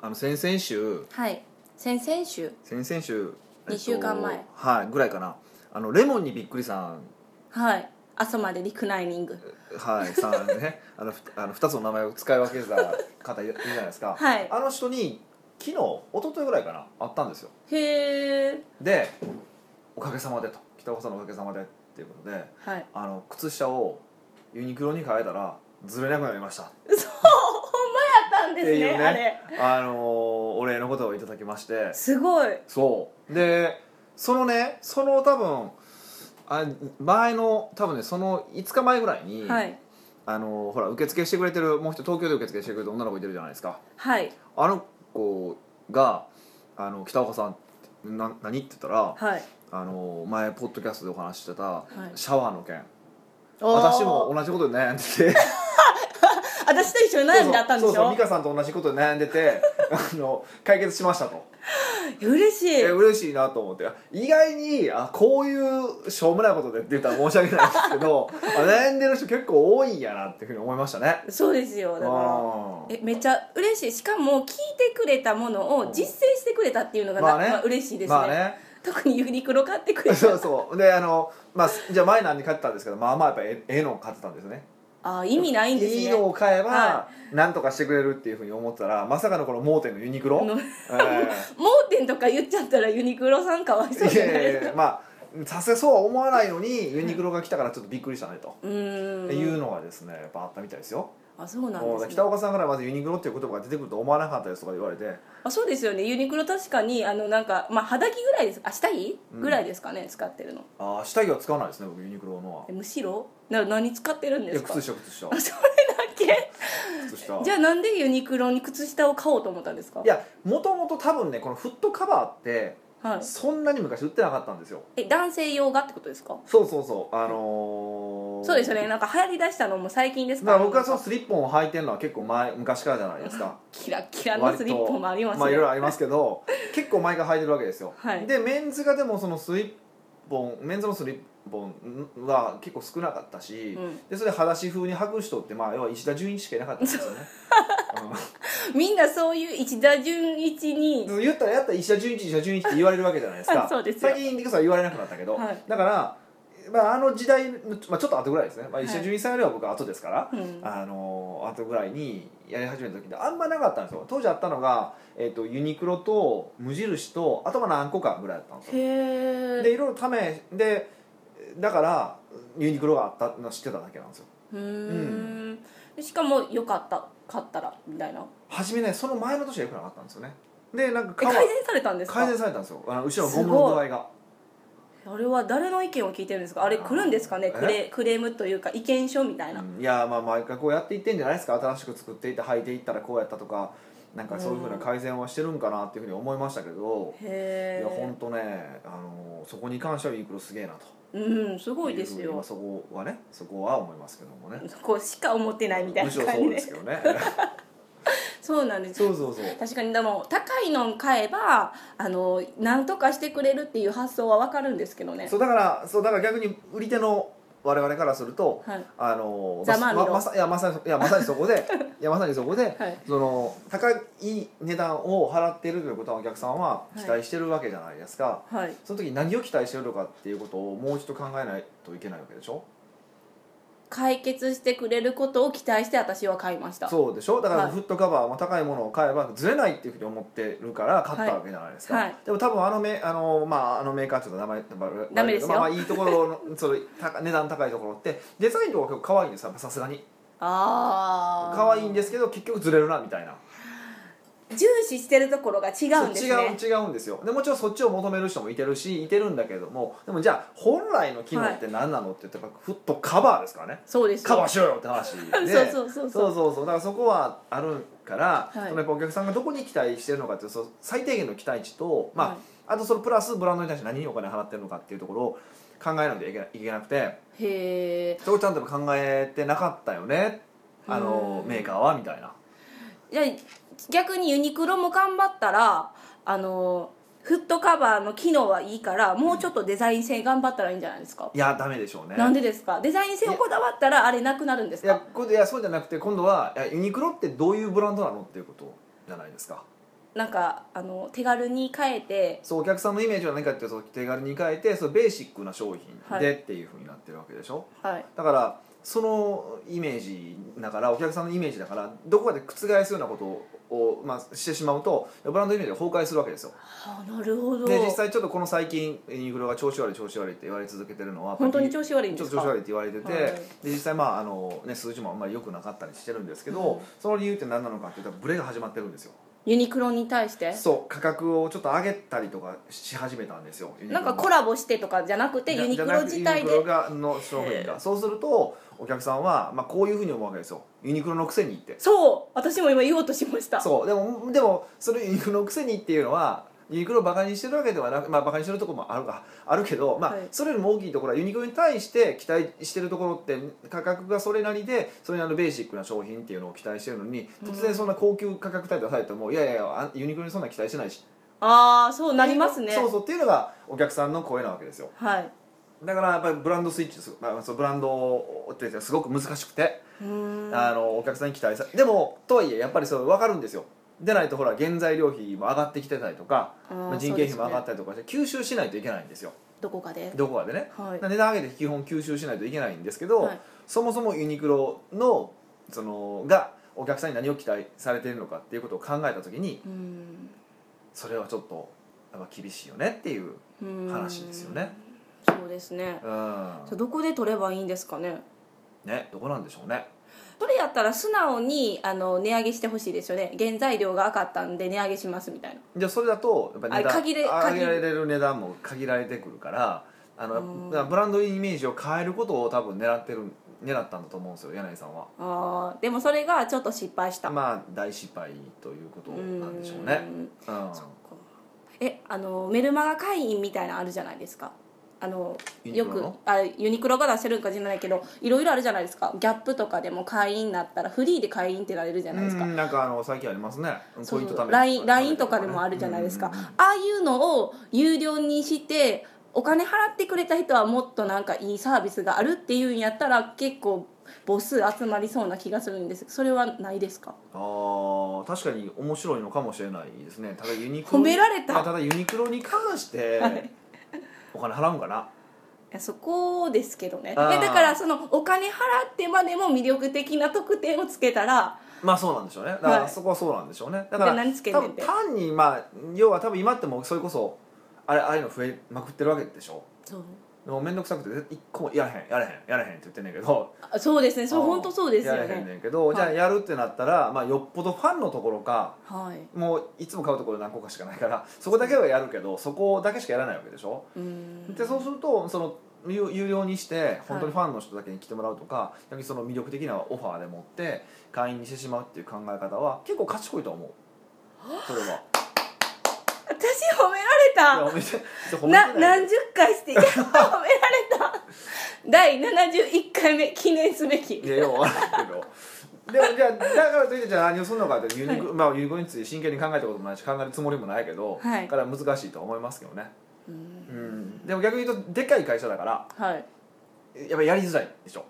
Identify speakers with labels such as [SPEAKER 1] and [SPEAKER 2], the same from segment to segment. [SPEAKER 1] あの先々週
[SPEAKER 2] はい先々週
[SPEAKER 1] 先々週、
[SPEAKER 2] 二週間前
[SPEAKER 1] はいぐらいかなあのレモンにびっくりさん
[SPEAKER 2] はい朝までリクライニング
[SPEAKER 1] はいさん ねあのふあの2つの名前を使い分けてた方いるじゃないですか、
[SPEAKER 2] はい
[SPEAKER 1] あの人に昨日一昨日ぐらいかなあったんですよ
[SPEAKER 2] へえ
[SPEAKER 1] で「おかげさまで」と「北岡さんのおかげさまで」っていうことで
[SPEAKER 2] はい
[SPEAKER 1] あの靴下をユニクロに変えたらずれなくなりました
[SPEAKER 2] そうほんまやったんですねあれ
[SPEAKER 1] あのーお礼のことをいただきまして
[SPEAKER 2] すごい
[SPEAKER 1] そうでそのねその多分あ前の多分ねその5日前ぐらいに、
[SPEAKER 2] はい
[SPEAKER 1] あのーほら受付してくれてるもう一人東京で受付してくれてる女の子いてるじゃないですか
[SPEAKER 2] はい
[SPEAKER 1] あの子が「あの北岡さんな何?」って言ったら、
[SPEAKER 2] はい
[SPEAKER 1] あのー前ポッドキャストでお話ししてた、
[SPEAKER 2] い
[SPEAKER 1] シャワーの件私も同じことで悩んで て
[SPEAKER 2] 私と一緒に悩んであったんでし
[SPEAKER 1] そ
[SPEAKER 2] ょ
[SPEAKER 1] うそうそう美香さんと同じことで悩んでてあの解決しましたと
[SPEAKER 2] 嬉しい
[SPEAKER 1] え嬉しいなと思って意外にあこういうしょうもないことでって言ったら申し訳ないですけ どあ悩んでる人結構多いんやなっていうふうに思いましたね
[SPEAKER 2] そうですよだから
[SPEAKER 1] うん
[SPEAKER 2] えめっちゃ嬉しいしかも聞いてくれたものを実践してくれたっていうのがな、
[SPEAKER 1] まあね
[SPEAKER 2] まあ嬉しいですね,、
[SPEAKER 1] まあ ね
[SPEAKER 2] 特にユニクロ買ってくれ た
[SPEAKER 1] そうそうであのまあじゃあ前何に買ってたんですけどまあまあやっぱえええのを買ってたんですね
[SPEAKER 2] あー意味ないんですね
[SPEAKER 1] いいのを買えば
[SPEAKER 2] は
[SPEAKER 1] 何とかしてくれるっていうふうに思ってたらまさかのこの盲点のユニク ロ、
[SPEAKER 2] の
[SPEAKER 1] えー
[SPEAKER 2] 盲点とか言っちゃったらユニクロさんかわいそう
[SPEAKER 1] い
[SPEAKER 2] じゃない
[SPEAKER 1] や
[SPEAKER 2] で
[SPEAKER 1] いや
[SPEAKER 2] す
[SPEAKER 1] い
[SPEAKER 2] か
[SPEAKER 1] やまあさせそうは思わないのにユニクロが来たからちょっとびっくりしたねと、
[SPEAKER 2] うーん
[SPEAKER 1] いうのがですねやっぱあったみたいですよ
[SPEAKER 2] あそうなん
[SPEAKER 1] もう
[SPEAKER 2] です、ね
[SPEAKER 1] 北、岡さんからまずユニクロっていう言葉が出てくると思わなかったですとか言われて
[SPEAKER 2] あそうですよねユニクロ確かにあのなんかまあ肌着ぐらいですあ下着
[SPEAKER 1] うん
[SPEAKER 2] ぐらいですかね、使ってるの
[SPEAKER 1] あー下着は使わないですね僕ユニクロのは
[SPEAKER 2] えむしろな何使ってるん
[SPEAKER 1] い
[SPEAKER 2] で
[SPEAKER 1] や
[SPEAKER 2] すか
[SPEAKER 1] 靴下靴 下
[SPEAKER 2] あそれだけ
[SPEAKER 1] 靴下
[SPEAKER 2] じゃあなんでユニクロに靴下を買おうと思ったんですか
[SPEAKER 1] いやもともと多分ねこのフットカバーって
[SPEAKER 2] はい、
[SPEAKER 1] そんなに昔売ってなかったんですよ
[SPEAKER 2] え男性用がってことですか
[SPEAKER 1] そうそうそうあのー、
[SPEAKER 2] そうですよねなんか流行りだしたのも最近です
[SPEAKER 1] だ
[SPEAKER 2] から
[SPEAKER 1] から僕はそのスリッポンを履いてるのは結構前昔からじゃないですか
[SPEAKER 2] キラッ キラのスリッポンもあります
[SPEAKER 1] まあい
[SPEAKER 2] ね、
[SPEAKER 1] ろいろありますけど 結構毎回履いてるわけですよ、
[SPEAKER 2] はい
[SPEAKER 1] でメンズがでもそのスリッポンメンズのスリッポンは結構少なかったし、
[SPEAKER 2] うん
[SPEAKER 1] でそれ裸足風に履く人ってまあ要は石田純一しかいなかったんですよね、
[SPEAKER 2] みんなそういう一田純一に
[SPEAKER 1] うん言ったらやったら石田純一石田純一って言われるわけじゃないですか
[SPEAKER 2] そうですよ
[SPEAKER 1] 最近でこ そは言われなくなったけど、
[SPEAKER 2] はい
[SPEAKER 1] だから、まあ、あの時代の、まあ、ちょっと後ぐらいですね、まあ、石田純一さんよりは僕は後ですから、
[SPEAKER 2] うん
[SPEAKER 1] あの後ぐらいにやり始めた時であんまなかったんですよ当時あったのが、えっとユニクロと無印とあとは何個かぐらいだったんですよ
[SPEAKER 2] へ
[SPEAKER 1] で
[SPEAKER 2] え
[SPEAKER 1] いろいろ試でだからユニクロがあったの知ってただけなんですよ
[SPEAKER 2] うーんでしかもよかった買ったらみたいな
[SPEAKER 1] 初めねその前の年は良くなかったんですよねでなんか
[SPEAKER 2] え
[SPEAKER 1] 革
[SPEAKER 2] 改善されたんですか
[SPEAKER 1] 改善されたんですよあの後ろのゴムの具合が
[SPEAKER 2] あれは誰の意見を聞いてるんですかあれ来るんですかね
[SPEAKER 1] え
[SPEAKER 2] クレクレームというか意見書みたいな、
[SPEAKER 1] うんいやまあ毎回こうやっていってんじゃないですか新しく作っていって履いていったらこうやったとかなんかそういうふうな改善はしてるんかなっていうふうに思いましたけど、い
[SPEAKER 2] へ
[SPEAKER 1] や
[SPEAKER 2] え
[SPEAKER 1] 本当ねあのそこに関してはユニクロすげえなと
[SPEAKER 2] うんすごいです
[SPEAKER 1] うふうにまあ
[SPEAKER 2] よ
[SPEAKER 1] そこはねそこは思いますけどもね
[SPEAKER 2] そこしか思ってないみたい
[SPEAKER 1] む
[SPEAKER 2] な
[SPEAKER 1] しろ
[SPEAKER 2] 感
[SPEAKER 1] そ
[SPEAKER 2] じ
[SPEAKER 1] う
[SPEAKER 2] で
[SPEAKER 1] ですけど ね
[SPEAKER 2] そうなんです
[SPEAKER 1] そうそうそう
[SPEAKER 2] 確かにでも高いの買えばあの何とかしてくれるっていう発想は分かるんですけどね
[SPEAKER 1] そうだからそうだから逆に売り手の我々からすると、
[SPEAKER 2] はい
[SPEAKER 1] あの
[SPEAKER 2] ざまあみろ
[SPEAKER 1] ままさいやまさにいやまさにそこでいやまさにそこで、
[SPEAKER 2] はい
[SPEAKER 1] その高い値段を払っているということはお客さんは期待してるわけじゃないですか、
[SPEAKER 2] はい
[SPEAKER 1] その時に何を期待してるのかっていうことをもう一度考えないといけないわけでしょ
[SPEAKER 2] 解決してくれることを期待して私は買いました
[SPEAKER 1] そうでしょだか
[SPEAKER 2] は
[SPEAKER 1] ら
[SPEAKER 2] い
[SPEAKER 1] フットカバーも高いものを買えばずれないっていうふうに思ってるから買ったわけじゃないですか、
[SPEAKER 2] はいはい
[SPEAKER 1] でも多分あのメあの,、まあ、あのメーカーちょっと名前
[SPEAKER 2] ダメですよ
[SPEAKER 1] まあ、まあいいところのその高値段高いところってデザインとか結構可愛いんですよさすがに
[SPEAKER 2] ああ
[SPEAKER 1] 可愛いんですけど結局ずれるなみたいな
[SPEAKER 2] 重視してるところが違うんですね
[SPEAKER 1] そう違う違うんですよでもちろんそっちを求める人もいてるしいてるんだけどもでもじゃあ本来の機能って何なのって言ったらフットカバーですからね
[SPEAKER 2] そうです
[SPEAKER 1] カバーしろよって話で
[SPEAKER 2] そう そうそうそ
[SPEAKER 1] そう
[SPEAKER 2] う
[SPEAKER 1] そうそうだからそこはあるから、
[SPEAKER 2] はい
[SPEAKER 1] そのやっぱお客さんがどこに期待してるのかっていうその最低限の期待値と、まあ
[SPEAKER 2] はい
[SPEAKER 1] あとそのプラスブランドに対して何にお金払ってるのかっていうところを考えなきゃいけないけなくて
[SPEAKER 2] へえ
[SPEAKER 1] そこちゃんとやっぱ考えてなかったよねあの
[SPEAKER 2] うん
[SPEAKER 1] メーカーはみたいな
[SPEAKER 2] じゃあ逆にユニクロも頑張ったらあのフットカバーの機能はいいからもうちょっとデザイン性頑張ったらいいんじゃないですか、
[SPEAKER 1] いやダメでしょうね
[SPEAKER 2] なんでですかデザイン性をこだわったらあれなくなるんです
[SPEAKER 1] いや
[SPEAKER 2] か
[SPEAKER 1] 今度いやそうじゃなくて今度はいやユニクロってどういうブランドなのっていうことじゃないですか
[SPEAKER 2] なんかあの手軽に買えて
[SPEAKER 1] そうお客さんのイメージは何かっていうと手軽に変えてそうベーシックな商
[SPEAKER 2] は
[SPEAKER 1] 品
[SPEAKER 2] い
[SPEAKER 1] でっていうふうになってるわけでしょ、
[SPEAKER 2] はい
[SPEAKER 1] だからそのイメージだからお客さんのイメージだからどこかで覆すようなことを、まあ、してしまうとブランドイメージが崩壊するわけですよ
[SPEAKER 2] あなるほど
[SPEAKER 1] で実際ちょっとこの最近ユニクロが調子悪い調子悪いって言われ続けてるのは
[SPEAKER 2] 本当に
[SPEAKER 1] ちょっ
[SPEAKER 2] 調子悪いんで
[SPEAKER 1] と
[SPEAKER 2] す
[SPEAKER 1] 調
[SPEAKER 2] か
[SPEAKER 1] 子悪いって言われてて、
[SPEAKER 2] はい
[SPEAKER 1] で実際まああの、ね、数字もあんまり良くなかったりしてるんですけど、
[SPEAKER 2] うん
[SPEAKER 1] その理由って何なのかって言ったらブレが始まってるんですよ
[SPEAKER 2] ユニクロに対して
[SPEAKER 1] そう価格をちょっと上げたりとかし始めたんですよユニク
[SPEAKER 2] な
[SPEAKER 1] ロ
[SPEAKER 2] ん
[SPEAKER 1] が
[SPEAKER 2] かコラボしてとかじゃなくて
[SPEAKER 1] じゃ
[SPEAKER 2] ユニク
[SPEAKER 1] じゃ
[SPEAKER 2] ロ
[SPEAKER 1] なくて
[SPEAKER 2] 自体
[SPEAKER 1] ユニ
[SPEAKER 2] で
[SPEAKER 1] クロがの商品がそうするとお客さんは、まあ、こういうふうに思うわけですよユニクロのくせにって
[SPEAKER 2] そう私も今言おうとしました
[SPEAKER 1] そうでもでもそれユニクロのくせにっていうのはユニクロをバカにしてるわけではなくまあバカにしてるところもあるがあるけど、まあ
[SPEAKER 2] はい
[SPEAKER 1] それよりも大きいところはユニクロに対して期待してるところって価格がそれなりでそれなりのベーシックな商品っていうのを期待してるのに突然そんな高級価格帯出されても、いやいやいやあユニクロにそんな期待してないし
[SPEAKER 2] ああそうなりますね
[SPEAKER 1] そうそうっていうのがお客さんの声なわけですよ
[SPEAKER 2] はい
[SPEAKER 1] だからやっぱりブランドスイッチです、まあ、そのブランドってすごく難しくて、
[SPEAKER 2] うーん
[SPEAKER 1] あのお客さんに期待さでもとはいえやっぱりそれ分かるんですよでないとほら原材料費も上がってきてたりとか
[SPEAKER 2] あー
[SPEAKER 1] まあ人件費も上がっ
[SPEAKER 2] そうですね
[SPEAKER 1] たりとかして、吸収しないといけないんですよ
[SPEAKER 2] どこかで
[SPEAKER 1] どこかでね、
[SPEAKER 2] はい
[SPEAKER 1] 値段上げて基本吸収しないといけないんですけど、
[SPEAKER 2] はい
[SPEAKER 1] そもそもユニクロのそのがお客さんに何を期待されているのかっていうことを考えた時に
[SPEAKER 2] うーん
[SPEAKER 1] それはちょっとやっぱ厳しいよねっていう
[SPEAKER 2] うーん
[SPEAKER 1] 話ですよね
[SPEAKER 2] そうですね
[SPEAKER 1] うん
[SPEAKER 2] じゃあどこで取ればいいんですかね
[SPEAKER 1] ねどこなんでしょうね
[SPEAKER 2] それやったら素直にあの値上げしてほしいですよね原材料が上がったんで値上げしますみたいな
[SPEAKER 1] じゃあそれだとやっぱり値段
[SPEAKER 2] あ限れ
[SPEAKER 1] 上
[SPEAKER 2] 限
[SPEAKER 1] げられる値段も限られてくるからあ
[SPEAKER 2] うん
[SPEAKER 1] のだからブランドイメージを変えることを多分狙ってる狙ったんだと思うんですよ柳井さんは
[SPEAKER 2] あーでもそれがちょっと失敗した
[SPEAKER 1] まあ大失敗ということなんでしょうね
[SPEAKER 2] うーん
[SPEAKER 1] うん
[SPEAKER 2] えあのメルマガ会員みたいなのあるじゃないですかあの
[SPEAKER 1] ユニ
[SPEAKER 2] よ
[SPEAKER 1] クロの
[SPEAKER 2] くあユニクロが出せるんか知らないけどいろいろあるじゃないですかギャップとかでも会員になったらフリーで会員ってなれるじゃないですか
[SPEAKER 1] うんなんかあの最近ありますね
[SPEAKER 2] そうそう
[SPEAKER 1] 貯めて
[SPEAKER 2] LINE LINE とかでもあるじゃないですか、
[SPEAKER 1] うん
[SPEAKER 2] ああいうのを有料にしてお金払ってくれた人はもっとなんかいいサービスがあるっていうんやったら結構母数集まりそうな気がするんですそれはないですか
[SPEAKER 1] あー確かに面白いのかもしれないですねただユニクロ
[SPEAKER 2] 褒められた
[SPEAKER 1] いやただユニクロに関して
[SPEAKER 2] はい
[SPEAKER 1] お金払うんかな
[SPEAKER 2] えそこですけどねえ
[SPEAKER 1] あー
[SPEAKER 2] だからそのお金払ってまでも魅力的な特典をつけたら
[SPEAKER 1] まあそうなんでしょうねだから
[SPEAKER 2] はい
[SPEAKER 1] そこはそうなんでしょうねだから
[SPEAKER 2] で何つけん
[SPEAKER 1] 多
[SPEAKER 2] ねん
[SPEAKER 1] 分
[SPEAKER 2] って
[SPEAKER 1] 単にまあ要は多分今ってもうそれこそあれああいうの増えまくってるわけでしょ
[SPEAKER 2] そう
[SPEAKER 1] でも面倒くさくて一個もやれへんやれへんやれへんって言ってんねんけど
[SPEAKER 2] あそうですねそ
[SPEAKER 1] あ
[SPEAKER 2] う
[SPEAKER 1] ー
[SPEAKER 2] 本当そうですよ
[SPEAKER 1] やれへん
[SPEAKER 2] ね
[SPEAKER 1] ねんけど、
[SPEAKER 2] はい
[SPEAKER 1] じゃあやるってなったら、まあ、よっぽどファンのところか
[SPEAKER 2] はい
[SPEAKER 1] もういつも買うところ何個かしかないからそこだけはやるけどそこだけしかやらないわけでしょ
[SPEAKER 2] うーん
[SPEAKER 1] でそうするとその有有料にして本当にファンの人だけに来てもらうとか、逆にその魅力的なオファーでもって会員にしてしまうっていう考え方は結構賢いと思うそれは。
[SPEAKER 2] 私褒められ
[SPEAKER 1] いや褒めて褒めて
[SPEAKER 2] たな
[SPEAKER 1] ない
[SPEAKER 2] 何十回してや っと褒められた第71回目記念すべき
[SPEAKER 1] いやよう分からんけどでもじゃあだからといってじゃあ何をするのかってユニク、まあ、ユニクロについて真剣に考えたこともないし考えるつもりもないけど、
[SPEAKER 2] はい
[SPEAKER 1] から難しいとは思いますけどね、
[SPEAKER 2] うー
[SPEAKER 1] うんん、でも逆に言うとでっかい会社だから
[SPEAKER 2] はい
[SPEAKER 1] やっぱりやりづらいでしょ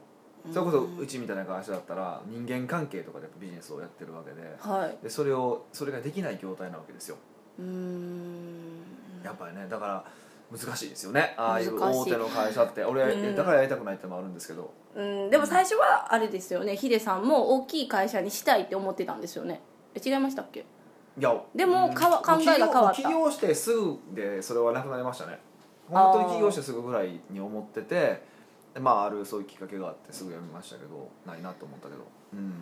[SPEAKER 1] それこ
[SPEAKER 2] う
[SPEAKER 1] そ
[SPEAKER 2] ん
[SPEAKER 1] うちみたいな会社だったら人間関係とかでやっぱビジネスをやってるわけで
[SPEAKER 2] はい
[SPEAKER 1] でそれをそれができない業態なわけですよ
[SPEAKER 2] うーん
[SPEAKER 1] やっぱりねだから難しいですよねああいう
[SPEAKER 2] 難しい
[SPEAKER 1] 大手の会社って俺、
[SPEAKER 2] うん
[SPEAKER 1] だからやりたくないってのもあるんですけど
[SPEAKER 2] うんでも最初はあれですよねヒデさんも大きい会社にしたいって思ってたんですよねえ違いましたっけ
[SPEAKER 1] いや
[SPEAKER 2] でもかわ考えが変わった
[SPEAKER 1] 起業起業してすぐでそれはなくなりましたね本当に起業してすぐぐらいに思っててでまああるそういうきっかけがあってすぐやめましたけどないなと思ったけどうん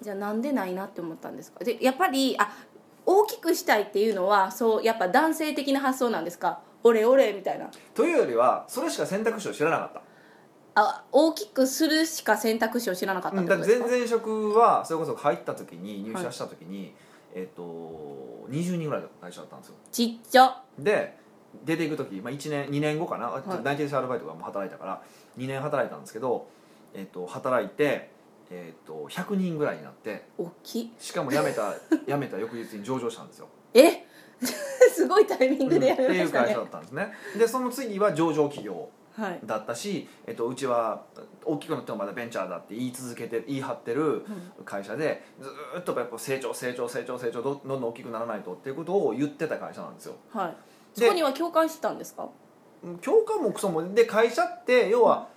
[SPEAKER 2] じゃあなんでないなって思ったんですかでやっぱりあ大きくしたいっていうのはそうやっぱ男性的な発想なんですか俺俺みたいな
[SPEAKER 1] というよりはそれしか選択肢を知らなかった
[SPEAKER 2] あ大きくするしか選択肢を知らなかった
[SPEAKER 1] う
[SPEAKER 2] っ
[SPEAKER 1] ん
[SPEAKER 2] て
[SPEAKER 1] だ
[SPEAKER 2] こ
[SPEAKER 1] っ
[SPEAKER 2] と
[SPEAKER 1] て
[SPEAKER 2] です
[SPEAKER 1] 前
[SPEAKER 2] か、
[SPEAKER 1] 前職はそれこそ入った時に入社した時に、えっと20人ぐらいの会社だったんですよ
[SPEAKER 2] ちっちゃ
[SPEAKER 1] で出ていく時、まあ、1年2年後かな、
[SPEAKER 2] い
[SPEAKER 1] 内定者アルバイトがもう働いたから2年働いたんですけど、えっと働いて、えっと100人ぐらいになって
[SPEAKER 2] 大きい
[SPEAKER 1] しかも辞め た辞めた翌日に上場したんですよ、
[SPEAKER 2] え すごいタイミングでや
[SPEAKER 1] って
[SPEAKER 2] め
[SPEAKER 1] い
[SPEAKER 2] ま
[SPEAKER 1] う
[SPEAKER 2] した
[SPEAKER 1] 会社だ、
[SPEAKER 2] ね
[SPEAKER 1] ったんですねでその次は上場企業
[SPEAKER 2] はい
[SPEAKER 1] だったし、えっと、うちは大きくなってもまだベンチャーだって言い続けて言い張ってる会社でずーっとやっぱ成長成長成長成長どどんどん大きくならないとっていうことを言ってた会社なんですよ。
[SPEAKER 2] はい
[SPEAKER 1] で
[SPEAKER 2] そこには共感してたんですか
[SPEAKER 1] 教科もクソもで会社って要は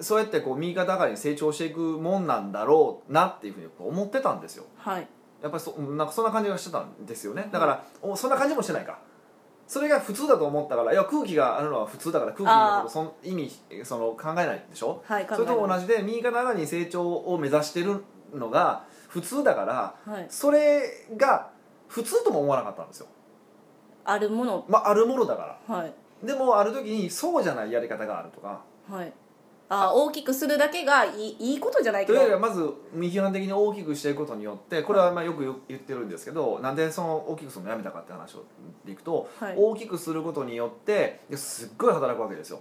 [SPEAKER 1] そうやってこう右肩上がりに成長していくもんなんだろうなっていうふうに思ってたんですよ
[SPEAKER 2] はい
[SPEAKER 1] やっぱりそなんかそんな感じがしてたんですよねだから、おそんな感じもしてないかそれが普通だと思ったからいや空気があるのは普通だから空気のことそん意味その考えないでしょ
[SPEAKER 2] はい
[SPEAKER 1] それと
[SPEAKER 2] 考えま
[SPEAKER 1] 同じで右肩上がりに成長を目指してるのが普通だから
[SPEAKER 2] はい
[SPEAKER 1] それが普通とも思わなかったんですよ、
[SPEAKER 2] あるもの
[SPEAKER 1] まあ、あるものだから
[SPEAKER 2] はい
[SPEAKER 1] でもある時にそうじゃないやり方があるとか
[SPEAKER 2] はいあ大きくするだけがいいいいことじゃない
[SPEAKER 1] と
[SPEAKER 2] け
[SPEAKER 1] いう
[SPEAKER 2] ど
[SPEAKER 1] よりはまず批判的に大きくしていくことによってこれはまあよく言ってるんですけどなんでその大きくするのやめたかって話をでいくと、
[SPEAKER 2] はい
[SPEAKER 1] 大きくすることによってですっごい働くわけですよ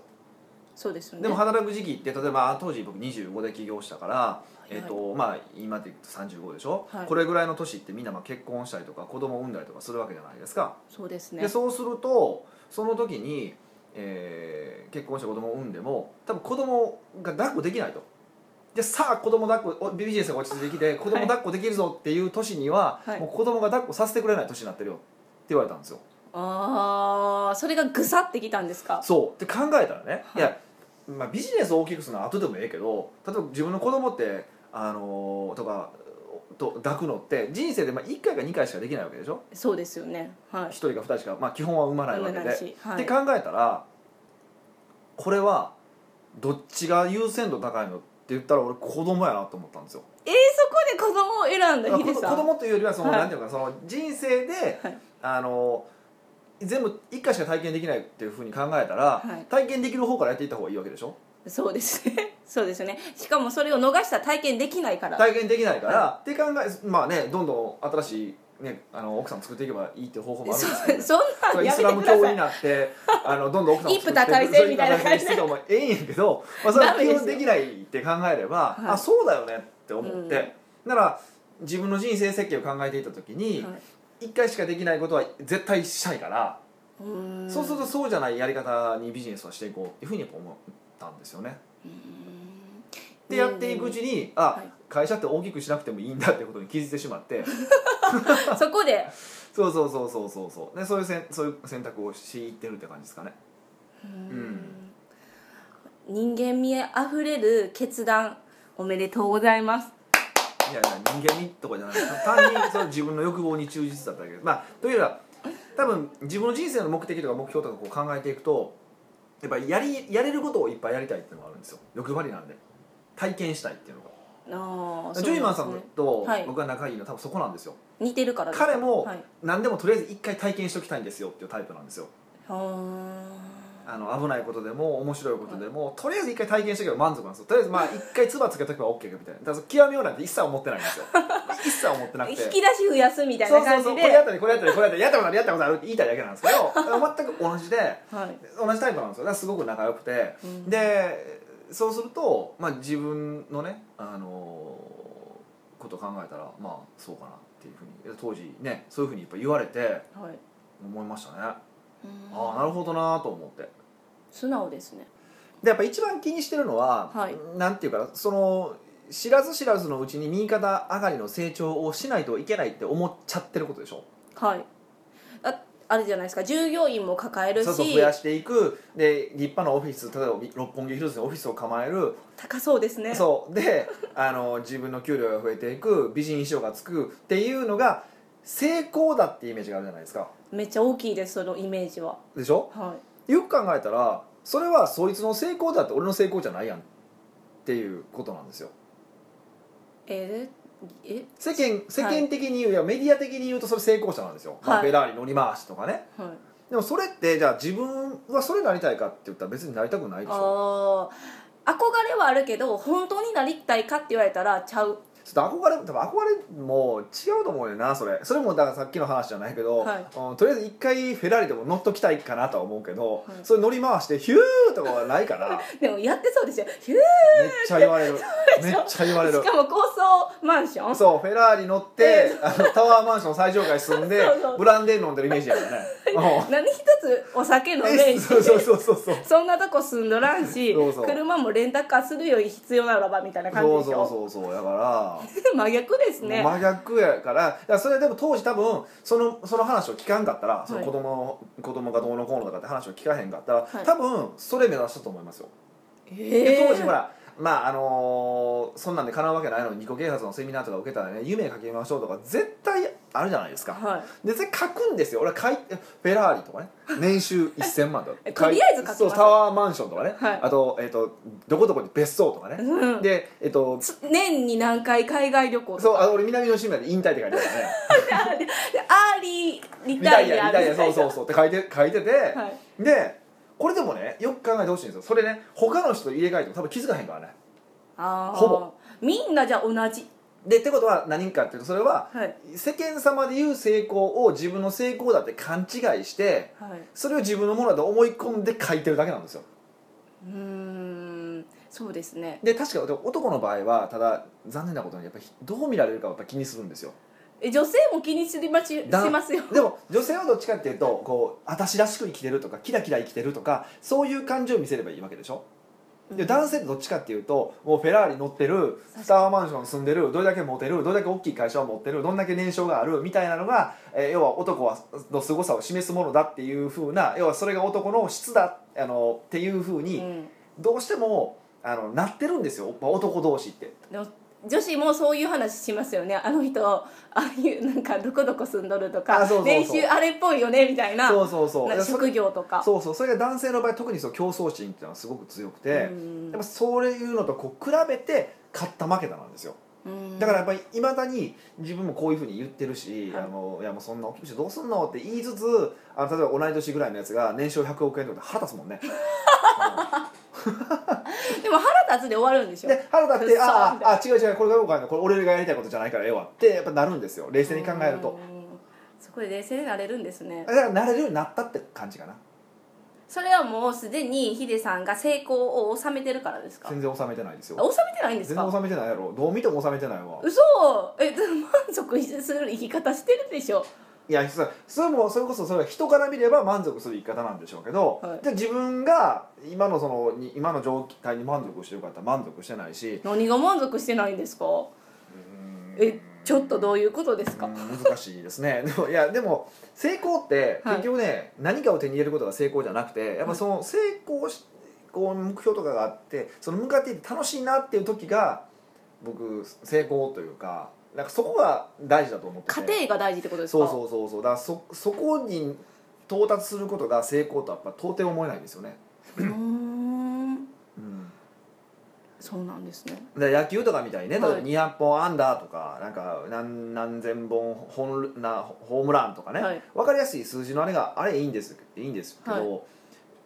[SPEAKER 2] そうですよね
[SPEAKER 1] でも働く時期って例えば当時僕25で起業したから、
[SPEAKER 2] い
[SPEAKER 1] えっとまあ、今で言うと35でしょ、
[SPEAKER 2] はい
[SPEAKER 1] これぐらいの年ってみんなまあ結婚したりとか子供産んだりとかするわけじゃないですか、
[SPEAKER 2] そうですね
[SPEAKER 1] でそうするとその時に、えー結婚して子供を産んでも多分子供が抱っこできないとでさあ子供抱っこおビジネスが落ち着いてきて子供抱っこできるぞっていう年には、
[SPEAKER 2] はい
[SPEAKER 1] もう子供が抱っこさせてくれない年になってるよって言われたんですよ
[SPEAKER 2] ああそれがぐさってきたんですか
[SPEAKER 1] そうって考えたらね、い、や、まあ、ビジネスを大きくするのは後でもええけど例えば自分の子供ってあのーとかと抱くのって人生でまあ1回か2回しかできないわけでしょ
[SPEAKER 2] そうですよねは
[SPEAKER 1] 1
[SPEAKER 2] い
[SPEAKER 1] 人か2人しか、まあ、基本は産まないわけで、
[SPEAKER 2] 産めしは
[SPEAKER 1] って
[SPEAKER 2] い
[SPEAKER 1] 考えたらこれはどっちが優先度高いのって言ったら俺子供やなと思ったんですよ
[SPEAKER 2] えー、そこで子供を選んだ
[SPEAKER 1] まあ
[SPEAKER 2] ヒ
[SPEAKER 1] 子
[SPEAKER 2] デ
[SPEAKER 1] 供
[SPEAKER 2] さ
[SPEAKER 1] 子
[SPEAKER 2] ん
[SPEAKER 1] 供というよりはその、
[SPEAKER 2] はい
[SPEAKER 1] なんていうのかなその人生で、
[SPEAKER 2] はい
[SPEAKER 1] あの全部1回しか体験できないっていうふうに考えたら、
[SPEAKER 2] はい
[SPEAKER 1] 体験できる方からやっていった方がいいわけでしょ
[SPEAKER 2] そうですね そうですよねしかもそれを逃したら体験できないから
[SPEAKER 1] 体験できないから、って考えまあねどんどん新しい、ね、あの奥さん作っていけばいいっていう方法もあるんですけ
[SPEAKER 2] そ
[SPEAKER 1] ど
[SPEAKER 2] そん
[SPEAKER 1] そ
[SPEAKER 2] な
[SPEAKER 1] れ
[SPEAKER 2] ん
[SPEAKER 1] イ
[SPEAKER 2] や
[SPEAKER 1] ス
[SPEAKER 2] め
[SPEAKER 1] ラ
[SPEAKER 2] て
[SPEAKER 1] ム
[SPEAKER 2] くだ
[SPEAKER 1] 教
[SPEAKER 2] さ
[SPEAKER 1] に
[SPEAKER 2] い
[SPEAKER 1] なって あのどんどん奥さんを作って
[SPEAKER 2] 一夫多妻制みたいな感じ
[SPEAKER 1] そう一夫多妻制してもええんやけど、まあ、それは
[SPEAKER 2] ダメ
[SPEAKER 1] 基
[SPEAKER 2] ですよ
[SPEAKER 1] 本できないって考えれば、
[SPEAKER 2] い
[SPEAKER 1] あそうだよねって思って、なら自分の人生設計を考えていた時に、
[SPEAKER 2] はい
[SPEAKER 1] 一回しかできないことは絶対したいから、
[SPEAKER 2] うーん
[SPEAKER 1] そうするとそうじゃないやり方にビジネスをしていこうっていうふうにやっぱ思ったんですよね。
[SPEAKER 2] うーん
[SPEAKER 1] でやっていくうちにあ、
[SPEAKER 2] い
[SPEAKER 1] 会社って大きくしなくてもいいんだってことに気づいてしまって。
[SPEAKER 2] そこで
[SPEAKER 1] そうそうそうそうそうそうでそういうせんそういう選択をしていってるって感じですかねん
[SPEAKER 2] 人間味あふれる決断おめでとうございます
[SPEAKER 1] いやいや人間味とかじゃない単にその自分の欲望に忠実だっただけどまあというよりは多分自分の人生の目的とか目標とかこう考えていくとやっぱりやりやれることをいっぱいやりたいっていうのがあるんですよ欲張りなんで体験したいっていうのが
[SPEAKER 2] ああ
[SPEAKER 1] ジョイマンさんと
[SPEAKER 2] はい
[SPEAKER 1] 僕が仲いいのは多分そこなんですよ、
[SPEAKER 2] 似てるからです
[SPEAKER 1] 彼も
[SPEAKER 2] はい
[SPEAKER 1] 何でもとりあえず一回体験しておきたいんですよっていうタイプなんですよ
[SPEAKER 2] はあ
[SPEAKER 1] あの危ないことでも面白いことでも、とりあえず一回体験してけば満足なんですよとりあえずまあ一回唾つけとけば OK みたいなだからその極めようなんて一切思ってないんですよ 一切思ってなく
[SPEAKER 2] 引
[SPEAKER 1] て
[SPEAKER 2] き出し増やすみたい
[SPEAKER 1] そ
[SPEAKER 2] な
[SPEAKER 1] うそ
[SPEAKER 2] 感
[SPEAKER 1] う
[SPEAKER 2] じ
[SPEAKER 1] そうこ
[SPEAKER 2] で
[SPEAKER 1] れやったりこれやったりこれやったりやったことあるやったことあるって言いたいだけなんですけ ど全く同じで
[SPEAKER 2] はい
[SPEAKER 1] 同じタイプなんですよだからすごく仲良くて、
[SPEAKER 2] うん
[SPEAKER 1] でそうすると、まあ、自分のね、あのーことを考えたらまあそうかなっていうふうに当時ねそういうふうにやっぱ言われて
[SPEAKER 2] はい
[SPEAKER 1] 思いましたね
[SPEAKER 2] うん
[SPEAKER 1] ああなるほどなと思って。
[SPEAKER 2] 素直ですね
[SPEAKER 1] でやっぱ一番気にしてるのは、
[SPEAKER 2] はい
[SPEAKER 1] なんていうかなその知らず知らずのうちに右肩上がりの成長をしないといけないって思っちゃってることでしょ
[SPEAKER 2] はいああれじゃないですか従業員も抱えるし
[SPEAKER 1] そうそう増やしていくで立派なオフィス例えば六本木ヒルズにオフィスを構える、
[SPEAKER 2] 高そうですね
[SPEAKER 1] そうであの自分の給料が増えていく美人衣装がつくっていうのが成功だってイメージがあるじゃないですか
[SPEAKER 2] めっちゃ大きいですそのイメージは
[SPEAKER 1] でしょ
[SPEAKER 2] は
[SPEAKER 1] よく考えたらそれはそいつの成功だって俺の成功じゃないやんっていうことなんですよ
[SPEAKER 2] いえー、え
[SPEAKER 1] 世間世間的に言う、い、やメディア的に言うとそれ成功者なんですよ、まあ
[SPEAKER 2] はい
[SPEAKER 1] フェラーリ乗り回しとかね
[SPEAKER 2] はい
[SPEAKER 1] でもそれってじゃあ自分はそれになりたいかって言ったら別になりたくないでしょ
[SPEAKER 2] ああ憧れはあるけど本当になりたいかって言われたらちゃう
[SPEAKER 1] ちょっと憧れ多分憧れも違うと思うよなそれそれもだからさっきの話じゃないけど、
[SPEAKER 2] はい
[SPEAKER 1] うんとりあえず一回フェラーリでも乗っときたいかなとは思うけど、
[SPEAKER 2] はい
[SPEAKER 1] それ乗り回してヒューとかはないから
[SPEAKER 2] でもやってそうですよヒュー
[SPEAKER 1] めっちゃ言われるめっちゃ言われる
[SPEAKER 2] しかも高層マンション
[SPEAKER 1] そうフェラーリ乗ってあのタワーマンション最上階住んで
[SPEAKER 2] そうそう
[SPEAKER 1] ブランデー飲んでるイメージや からね
[SPEAKER 2] 何一つお酒飲ん
[SPEAKER 1] うん
[SPEAKER 2] でん し
[SPEAKER 1] そうそうそうそうそう
[SPEAKER 2] そんなとこ住んどらんし
[SPEAKER 1] そうそう
[SPEAKER 2] 車もレンタカーするより必要ならばみたいな感じ
[SPEAKER 1] そ
[SPEAKER 2] で
[SPEAKER 1] う
[SPEAKER 2] しょ
[SPEAKER 1] そうそうそうやから
[SPEAKER 2] 真逆ですね
[SPEAKER 1] 真逆やからだからそれでも当時多分そのその話を聞かんかったら、
[SPEAKER 2] い
[SPEAKER 1] その子供の子供がどうのこうのとかって話を聞かへんかったら、
[SPEAKER 2] はい
[SPEAKER 1] 多分それ目指したと思いますよ、
[SPEAKER 2] え
[SPEAKER 1] で
[SPEAKER 2] ー
[SPEAKER 1] 当時ほらまああのーそんなんでかなうわけないのに自己啓発のセミナーとか受けたらね夢かけましょうとか絶対あるじゃないですか、
[SPEAKER 2] はい
[SPEAKER 1] でそれ書くんですよ俺は書いてフェラーリとかね年収1000万とか
[SPEAKER 2] えとりあえず書きます
[SPEAKER 1] そうタワーマンションとかね、
[SPEAKER 2] はい
[SPEAKER 1] あと,、えっとどこどこに別荘とかね、
[SPEAKER 2] うん
[SPEAKER 1] でえっ、と
[SPEAKER 2] つ年に何回海外旅行とか
[SPEAKER 1] そうあ俺南の島で引退って書いてあるからね
[SPEAKER 2] でアーリーリ
[SPEAKER 1] リ
[SPEAKER 2] タ
[SPEAKER 1] タイ
[SPEAKER 2] イ
[SPEAKER 1] ア
[SPEAKER 2] ア
[SPEAKER 1] リタイア
[SPEAKER 2] み
[SPEAKER 1] そ
[SPEAKER 2] たいうな
[SPEAKER 1] そうそうって書いて書いてて、
[SPEAKER 2] は
[SPEAKER 1] でこれでもねよく考えてほしいんですよそれね他の人と入れ替えても多分気づかへんからね
[SPEAKER 2] あー
[SPEAKER 1] ほぼ
[SPEAKER 2] みんなじゃあ同じ
[SPEAKER 1] でってことは何かっていうとそれは
[SPEAKER 2] はい
[SPEAKER 1] 世間様で言う成功を自分の成功だって勘違いして
[SPEAKER 2] はい
[SPEAKER 1] それを自分のものだと思い込んで書いてるだけなんですよ
[SPEAKER 2] うーんそうですね
[SPEAKER 1] で確かに男の場合はただ残念なことにやっぱりどう見られるかをやっぱ気にするんですよ
[SPEAKER 2] え女性も気にしまちし
[SPEAKER 1] だ
[SPEAKER 2] ますよ
[SPEAKER 1] でも女性はどっちかっていうとこう私らしく生きてるとかキラキラ生きてるとかそういう感情を見せればいいわけでしょで男性ってどっちかっていうともうフェラーリ乗ってるスタワーマンション住んでるどれだけモテるどれだけ大きい会社を持ってるどんだけ年商があるみたいなのが、えー要は男はの凄さを示すものだっていうふうな要はそれが男の質だあのっていうふう
[SPEAKER 2] う
[SPEAKER 1] に
[SPEAKER 2] ん
[SPEAKER 1] どうしてもあのなってるんですよやっぱ男同士って。
[SPEAKER 2] でも女子もそういう話しますよねあの人ああいうなんかどこどこ住んどるとか
[SPEAKER 1] あそうそうそう
[SPEAKER 2] 練習あれっぽいよねみたいな
[SPEAKER 1] そうそうそう
[SPEAKER 2] なんか職業とか
[SPEAKER 1] そうそうそれが男性の場合特にその競争心っていうのはすごく強くて、
[SPEAKER 2] うん
[SPEAKER 1] やっぱそういうのとこう比べて勝った負けたなんですよ
[SPEAKER 2] うん
[SPEAKER 1] だからやっぱりいまだに自分もこういうふうに言ってるし「
[SPEAKER 2] はい
[SPEAKER 1] あのいやもうそんな大きくしてどうすんの?」って言いつつあの例えば同い年ぐらいのやつが年商100億円とかで腹立つもんね
[SPEAKER 2] でも腹立つで終わるんでしょ
[SPEAKER 1] で腹立って「
[SPEAKER 2] くっそー
[SPEAKER 1] あ
[SPEAKER 2] みたい
[SPEAKER 1] ああ違う違うこれが僕はねこれ俺がやりたいことじゃないからええわ」ってやっぱなるんですよ冷静に考える
[SPEAKER 2] うん
[SPEAKER 1] と
[SPEAKER 2] そこで冷静になれるんですね
[SPEAKER 1] だから慣れるようになったって感じかな
[SPEAKER 2] それはもうすでにヒデさんが成功を収めてるからですか収
[SPEAKER 1] 全然収めてないですよ
[SPEAKER 2] めてないんです
[SPEAKER 1] 全
[SPEAKER 2] か
[SPEAKER 1] 然収めてないやろどう見ても収めてないわ
[SPEAKER 2] 嘘えでも満足する生き方してるでしょ
[SPEAKER 1] いやそそれもそれこそそれは人から見れば満足する言い方なんでしょうけど、
[SPEAKER 2] はい
[SPEAKER 1] じゃあ自分が今のそのに今の状態に満足してるかって言ったら満足してないし
[SPEAKER 2] 何が満足してないんですかえちょっとどういうことです
[SPEAKER 1] う
[SPEAKER 2] か、
[SPEAKER 1] ん難しいですね でもいやでも成功って
[SPEAKER 2] はい
[SPEAKER 1] 結局ね、何かを手に入れることが成功じゃなくてやっぱその成功しこう目標とかがあってその向かっていって楽しいなっていう時が僕成功というかなんかそこが大事だと思ってて
[SPEAKER 2] 家庭が大事ってことですか
[SPEAKER 1] そうそうそうそうだからそそこに到達することが成功とはやっぱ到底思えないんですよね、
[SPEAKER 2] うーん
[SPEAKER 1] うん、
[SPEAKER 2] そうなんですね
[SPEAKER 1] で野球とかみたいにね、
[SPEAKER 2] はい
[SPEAKER 1] 例えば200本アンダーとかなんか何何千本ホンなホームランとかね、
[SPEAKER 2] はい
[SPEAKER 1] 分かりやすい数字のあれがあれいいんですいいんですけど、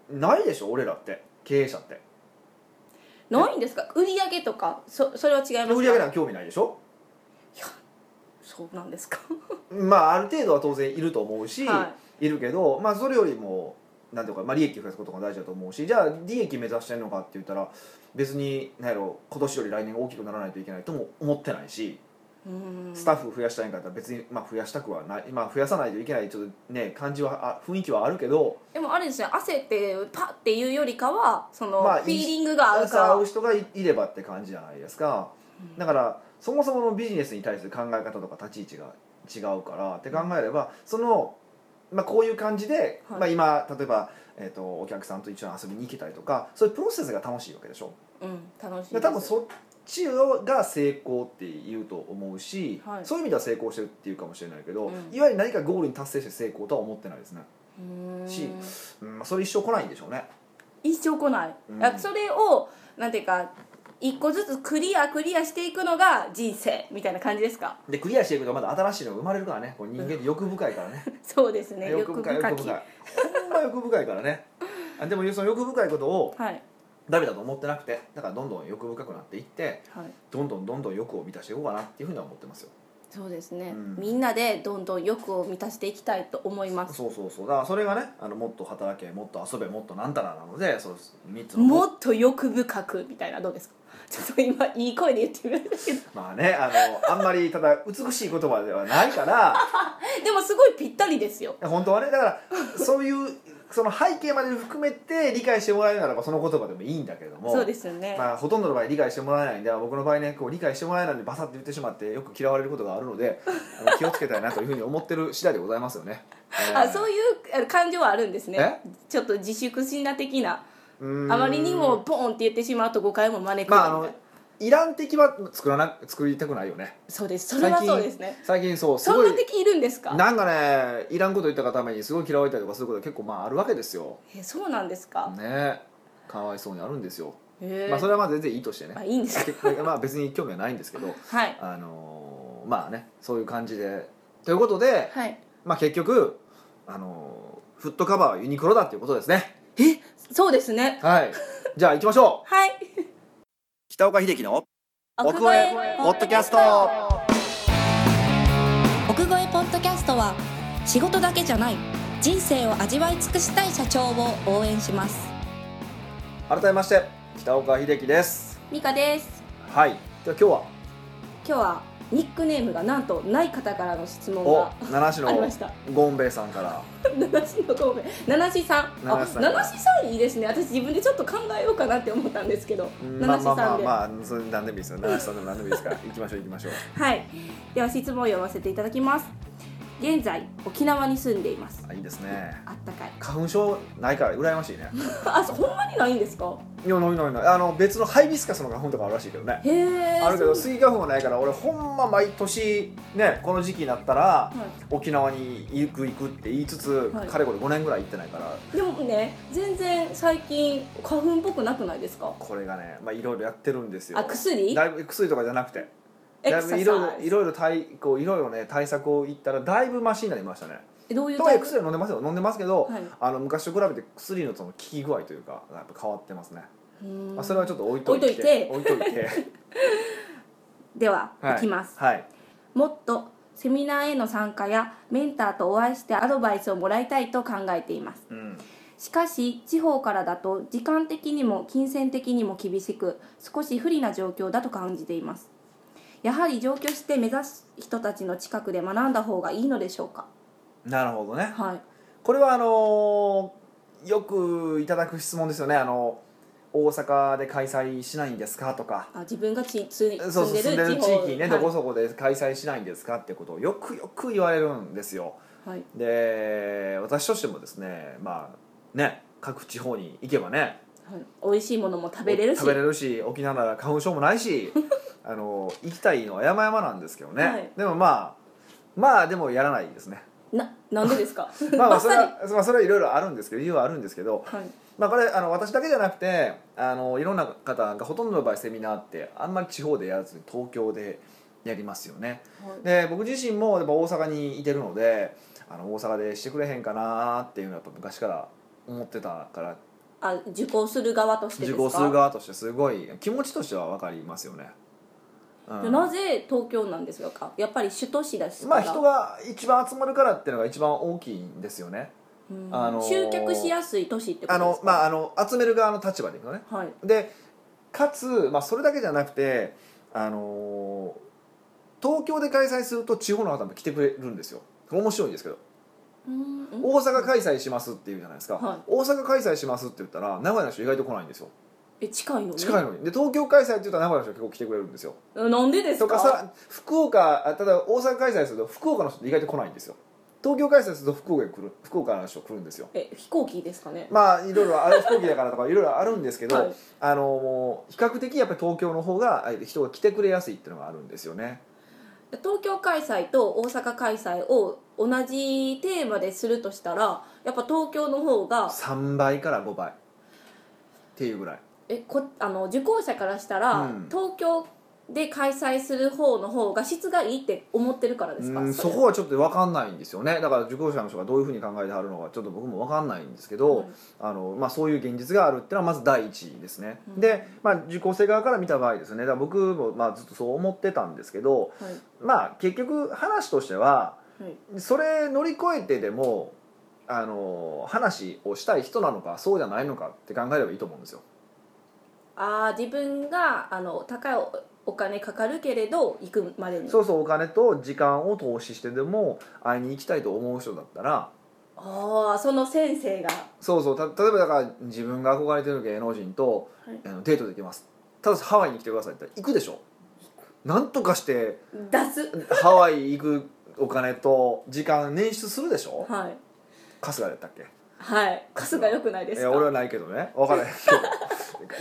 [SPEAKER 1] ないでしょ俺らって経営者って
[SPEAKER 2] ないんですか売り上げとかそそれは違いますか
[SPEAKER 1] 売り上げなんか興味ないでしょ
[SPEAKER 2] そうなんですか
[SPEAKER 1] まあある程度は当然いると思うし、、
[SPEAKER 2] はい
[SPEAKER 1] るけど、まあ、それよりもなんていうか、まあ、利益を増やすことが大事だと思うしじゃあ利益目指してるのかって言ったら別に何やろ今年より来年大きくならないといけないとも思ってないし、
[SPEAKER 2] うーん
[SPEAKER 1] スタッフ増やしたいんかったら別に、まあ、増やしたくはない、まあ、増やさないといけないちょっとね感じはあ雰囲気はあるけど
[SPEAKER 2] でもあれですね焦ってパッていうよりかはその、
[SPEAKER 1] まあ
[SPEAKER 2] フィーリングが合うか
[SPEAKER 1] 合
[SPEAKER 2] ら
[SPEAKER 1] う人がいいればって感じじゃないですか、だからそもそものビジネスに対する考え方とか立ち位置が違うからって考えればその、まあ、こういう感じで、
[SPEAKER 2] はい
[SPEAKER 1] まあ、今例えば、えー、とお客さんと一緒に遊びに行けたりとかそういうプロセスが楽しいわけでしょ
[SPEAKER 2] うん楽しい
[SPEAKER 1] で
[SPEAKER 2] です
[SPEAKER 1] 多分そっちが成功って言うと思うし、
[SPEAKER 2] はい
[SPEAKER 1] そういう意味では成功してるっていうかもしれないけど、
[SPEAKER 2] うん
[SPEAKER 1] いわゆる何かゴールに達成して成功とは思ってないですね、
[SPEAKER 2] うーん
[SPEAKER 1] しうんまあ、それ一生来ないんでしょうね
[SPEAKER 2] 一生来ない、
[SPEAKER 1] うん
[SPEAKER 2] あそれをなんていうか一個ずつクリアクリアしていくのが人生みたいな感じですか
[SPEAKER 1] でクリアしていくとまだ新しいのが生まれるからねこう人間って欲深いから ね
[SPEAKER 2] そうですね
[SPEAKER 1] 欲深い欲
[SPEAKER 2] き
[SPEAKER 1] 深いほんま欲深いからねあでもその欲深いことを
[SPEAKER 2] はい
[SPEAKER 1] ダメだと思ってなくてだからどんどん欲深くなっていって
[SPEAKER 2] はい
[SPEAKER 1] どんどんどんどん欲を満たしていこうかなっていうふうには思ってますよ
[SPEAKER 2] そうですね、
[SPEAKER 1] うん
[SPEAKER 2] みんなでどんどん欲を満たしていきたいと思います
[SPEAKER 1] そうそうそうだからそれがねあのもっと働けもっと遊べもっとなんたらなのでそう3つの
[SPEAKER 2] もっと欲深くみたいなどうですか ちょっと今いい声で言ってみましたけど
[SPEAKER 1] まあねあのあんまりただ美しい言葉ではないから
[SPEAKER 2] でもすごいぴったりですよ
[SPEAKER 1] 本当はねだからそういうその背景まで含めて理解してもらえるならばその言葉でもいいんだけれども
[SPEAKER 2] そうですよね、
[SPEAKER 1] まあ、ほとんどの場合理解してもらえないんで僕の場合ねこう理解してもらえないんでバサッと言ってしまってよく嫌われることがあるの であの気をつけたいなというふうに思ってる次第でございますよね。
[SPEAKER 2] あそうういうあ感情はあるんですねちょっと自粛しな的な
[SPEAKER 1] うーん
[SPEAKER 2] あまりにもポンって言ってしまうと誤解も招くみ
[SPEAKER 1] ま
[SPEAKER 2] た
[SPEAKER 1] ああ
[SPEAKER 2] いな
[SPEAKER 1] のイラン的は作らな作りたくないよね
[SPEAKER 2] そうですそれはそうですね
[SPEAKER 1] 最近そうす
[SPEAKER 2] そ
[SPEAKER 1] ご
[SPEAKER 2] ん
[SPEAKER 1] い
[SPEAKER 2] な敵いるんですか
[SPEAKER 1] なんかねいらんこと言ったがためにすごい嫌われたりとかすることが結構まああるわけですよ
[SPEAKER 2] えそうなんですか、
[SPEAKER 1] ねかわいそうにあるんですよ、
[SPEAKER 2] へえ
[SPEAKER 1] まあそれはまあ全然いいとしてね
[SPEAKER 2] あいいんですか
[SPEAKER 1] まあ別に興味はないんですけど
[SPEAKER 2] はい
[SPEAKER 1] あのーまあねそういう感じでということで、
[SPEAKER 2] はい
[SPEAKER 1] まあ、結局、あのーフットカバーはユニクロだっていうことですね
[SPEAKER 2] えそうですね
[SPEAKER 1] はいじゃあ行きましょう
[SPEAKER 2] はい
[SPEAKER 1] 北岡秀樹の奥越えポッドキャスト
[SPEAKER 2] 奥越えポッドキャストは仕事だけじゃない人生を味わい尽くしたい社長を応援します
[SPEAKER 1] 改めまして北岡秀樹です
[SPEAKER 2] ミカです
[SPEAKER 1] はいじゃあ今日は
[SPEAKER 2] 今日はニックネームがなんとない方からの質問
[SPEAKER 1] お
[SPEAKER 2] が
[SPEAKER 1] 七市
[SPEAKER 2] ありまし
[SPEAKER 1] の
[SPEAKER 2] た
[SPEAKER 1] ゴンベイさんから
[SPEAKER 2] 七七のコンペ七七さん
[SPEAKER 1] 七
[SPEAKER 2] あ
[SPEAKER 1] 七さん
[SPEAKER 2] 七七さんいいですね私自分でちょっと考えようかなって思ったんですけど
[SPEAKER 1] うんま
[SPEAKER 2] 七
[SPEAKER 1] あまあま
[SPEAKER 2] 七さ
[SPEAKER 1] あ
[SPEAKER 2] んで
[SPEAKER 1] まあそれ何でもいいですよ七市さんでも何でもいいですから行きましょう行きましょう
[SPEAKER 2] はいでは質問を読ませていただきます現在沖縄に住んでいます
[SPEAKER 1] あいいですね
[SPEAKER 2] あったかい
[SPEAKER 1] 花粉症ないから羨ましいね
[SPEAKER 2] あそうほんまにないんですか
[SPEAKER 1] いやないないないあの別のハイビスカスの花粉とかあるらしいけどね
[SPEAKER 2] へえ
[SPEAKER 1] あるけどスギ花粉はないから俺ほんま毎年ねこの時期になったら沖縄に行く行くって言いつつ、
[SPEAKER 2] はい
[SPEAKER 1] かれこれ5年ぐらい行ってないから
[SPEAKER 2] でもね全然最近花粉っぽくなくないですか
[SPEAKER 1] これがねまあいろいろやってるんですよ
[SPEAKER 2] あ薬
[SPEAKER 1] だいぶ薬とかじゃなくて
[SPEAKER 2] エ
[SPEAKER 1] だ
[SPEAKER 2] ク
[SPEAKER 1] いぶ
[SPEAKER 2] ササイ
[SPEAKER 1] い
[SPEAKER 2] ズ
[SPEAKER 1] ろいろいろいろ対こういろいろね対策を言ったらだいぶマシになりましたね
[SPEAKER 2] えどういう
[SPEAKER 1] とはいえ
[SPEAKER 2] プ
[SPEAKER 1] 薬は飲んでますよ飲んでますけど、
[SPEAKER 2] はい
[SPEAKER 1] あの昔と比べて薬のその効き具合というかやっぱ変わってますね、
[SPEAKER 2] うーん
[SPEAKER 1] まあ、それはちょっと置いといて
[SPEAKER 2] 置
[SPEAKER 1] いといて
[SPEAKER 2] では、
[SPEAKER 1] はい
[SPEAKER 2] い、きます
[SPEAKER 1] はい
[SPEAKER 2] もっとセミナーへの参加やメンターとお会いしてアドバイスをもらいたいと考えています
[SPEAKER 1] うん
[SPEAKER 2] しかし地方からだと時間的にも金銭的にも厳しく少し不利な状況だと感じていますやはり上京して目指す人たちの近くで学んだ方がいいのでしょうか
[SPEAKER 1] なるほどね
[SPEAKER 2] はい
[SPEAKER 1] これはあのーよくいただく質問ですよねあの大阪で開催しないんですかとか
[SPEAKER 2] あ自分がちつ
[SPEAKER 1] そ
[SPEAKER 2] 住
[SPEAKER 1] うそうん
[SPEAKER 2] で
[SPEAKER 1] 住んで
[SPEAKER 2] る
[SPEAKER 1] る地
[SPEAKER 2] 地方
[SPEAKER 1] 域にね、
[SPEAKER 2] は
[SPEAKER 1] ど
[SPEAKER 2] い、
[SPEAKER 1] こそこで開催しないんですかってことをよくよく言われるんですよ
[SPEAKER 2] はい
[SPEAKER 1] で私としてもですねまあね各地方に行けばね
[SPEAKER 2] はい、美味しいものも食べれるし
[SPEAKER 1] 食べれるし沖縄なら花粉症もない しあの行きたいのは山々なんですけどね、
[SPEAKER 2] はい
[SPEAKER 1] でもまあまあでもやらないですね
[SPEAKER 2] ななんでです か
[SPEAKER 1] まあまあそれ
[SPEAKER 2] ばっ
[SPEAKER 1] はまあそれはいろいろあるんですけど理由はあるんですけど
[SPEAKER 2] さりはい
[SPEAKER 1] まあ、これあの私だけじゃなくてあのいろんな方がほとんどの場合セミナーってあんまり地方でやらずに東京でやりますよね
[SPEAKER 2] はい
[SPEAKER 1] で僕自身もやっぱ大阪にいてるのであの大阪でしてくれへんかなっていうのはやっぱ昔から思ってたから
[SPEAKER 2] あ受講する側としてです
[SPEAKER 1] 受
[SPEAKER 2] か
[SPEAKER 1] 講する側としてすごい気持ちとしては分かりますよね、うん
[SPEAKER 2] なぜ東京なんですかやっぱり首都市です
[SPEAKER 1] ま
[SPEAKER 2] か
[SPEAKER 1] あ
[SPEAKER 2] ら、
[SPEAKER 1] 人が一番集まるからっていうのが一番大きいんですよね
[SPEAKER 2] うん
[SPEAKER 1] あのー
[SPEAKER 2] 集客しやすい都市ってこ
[SPEAKER 1] あ
[SPEAKER 2] とで
[SPEAKER 1] の
[SPEAKER 2] すか
[SPEAKER 1] まああの集める側の立場でいくのね
[SPEAKER 2] はい
[SPEAKER 1] でかつ、まあ、それだけじゃなくて、あのー東京で開催すると地方の方も来てくれるんですよ面白いんですけど
[SPEAKER 2] うんうん
[SPEAKER 1] 大阪開催しますって言うじゃないですか、
[SPEAKER 2] はい
[SPEAKER 1] 大阪開催しますって言ったら名古屋の人意外と来ないんですよ
[SPEAKER 2] え近いのに
[SPEAKER 1] 近いのにで東京開催って言ったら名古屋の人結構来てくれるんですよ
[SPEAKER 2] えなんでです
[SPEAKER 1] と
[SPEAKER 2] か
[SPEAKER 1] かさ福岡あただ大阪開催すると福岡の人って意外と来ないんですよ東京開催すると福岡に来る福岡の人来るんですよ
[SPEAKER 2] え飛行機ですかね、
[SPEAKER 1] まあいろいろある飛行機だからとかいろいろあるんですけど、
[SPEAKER 2] はい
[SPEAKER 1] あのもう比較的やっぱり東京の方があ人が来てくれやすいっていうのがあるんですよね。
[SPEAKER 2] 東京開催と大阪開催を同じテーマでするとしたらやっぱ東京の方が
[SPEAKER 1] 3倍から5倍っていうぐらい。
[SPEAKER 2] えこあの受講者からしたら、
[SPEAKER 1] うん
[SPEAKER 2] 東京で開催する方の方が質がいいって思ってるからですか
[SPEAKER 1] うん
[SPEAKER 2] そ
[SPEAKER 1] そ
[SPEAKER 2] れ
[SPEAKER 1] こはちょっと分かんないんですよねだから受講者の人がどういうふうに考えてはるのかちょっと僕も分かんないんですけど、
[SPEAKER 2] はい
[SPEAKER 1] あのまあ、そういう現実があるっていうのはまず第一ですね、
[SPEAKER 2] うん
[SPEAKER 1] で、まあ、受講生側から見た場合ですねだから僕もまあずっとそう思ってたんですけど
[SPEAKER 2] はい
[SPEAKER 1] まあ結局話としては
[SPEAKER 2] はい
[SPEAKER 1] それ乗り越えてでもあの話をしたい人なのかそうじゃないのかって考えればいいと思うんですよ
[SPEAKER 2] ああ自分があの高いおお金かかるけれど行くまでに
[SPEAKER 1] そうそうお金と時間を投資してでも会いに行きたいと思う人だったら
[SPEAKER 2] ああその先生が
[SPEAKER 1] そうそうた例えばだから自分が憧れてる芸能人と、
[SPEAKER 2] はい
[SPEAKER 1] あのデートできますただしハワイに来てくださいって言ったら行くでしょなんとかして
[SPEAKER 2] 出す
[SPEAKER 1] ハワイ行くお金と時間捻出するでしょ
[SPEAKER 2] はい
[SPEAKER 1] 春日やったっけ
[SPEAKER 2] はい春日よくないで
[SPEAKER 1] い
[SPEAKER 2] す
[SPEAKER 1] や
[SPEAKER 2] か
[SPEAKER 1] 俺はないけどね分からない け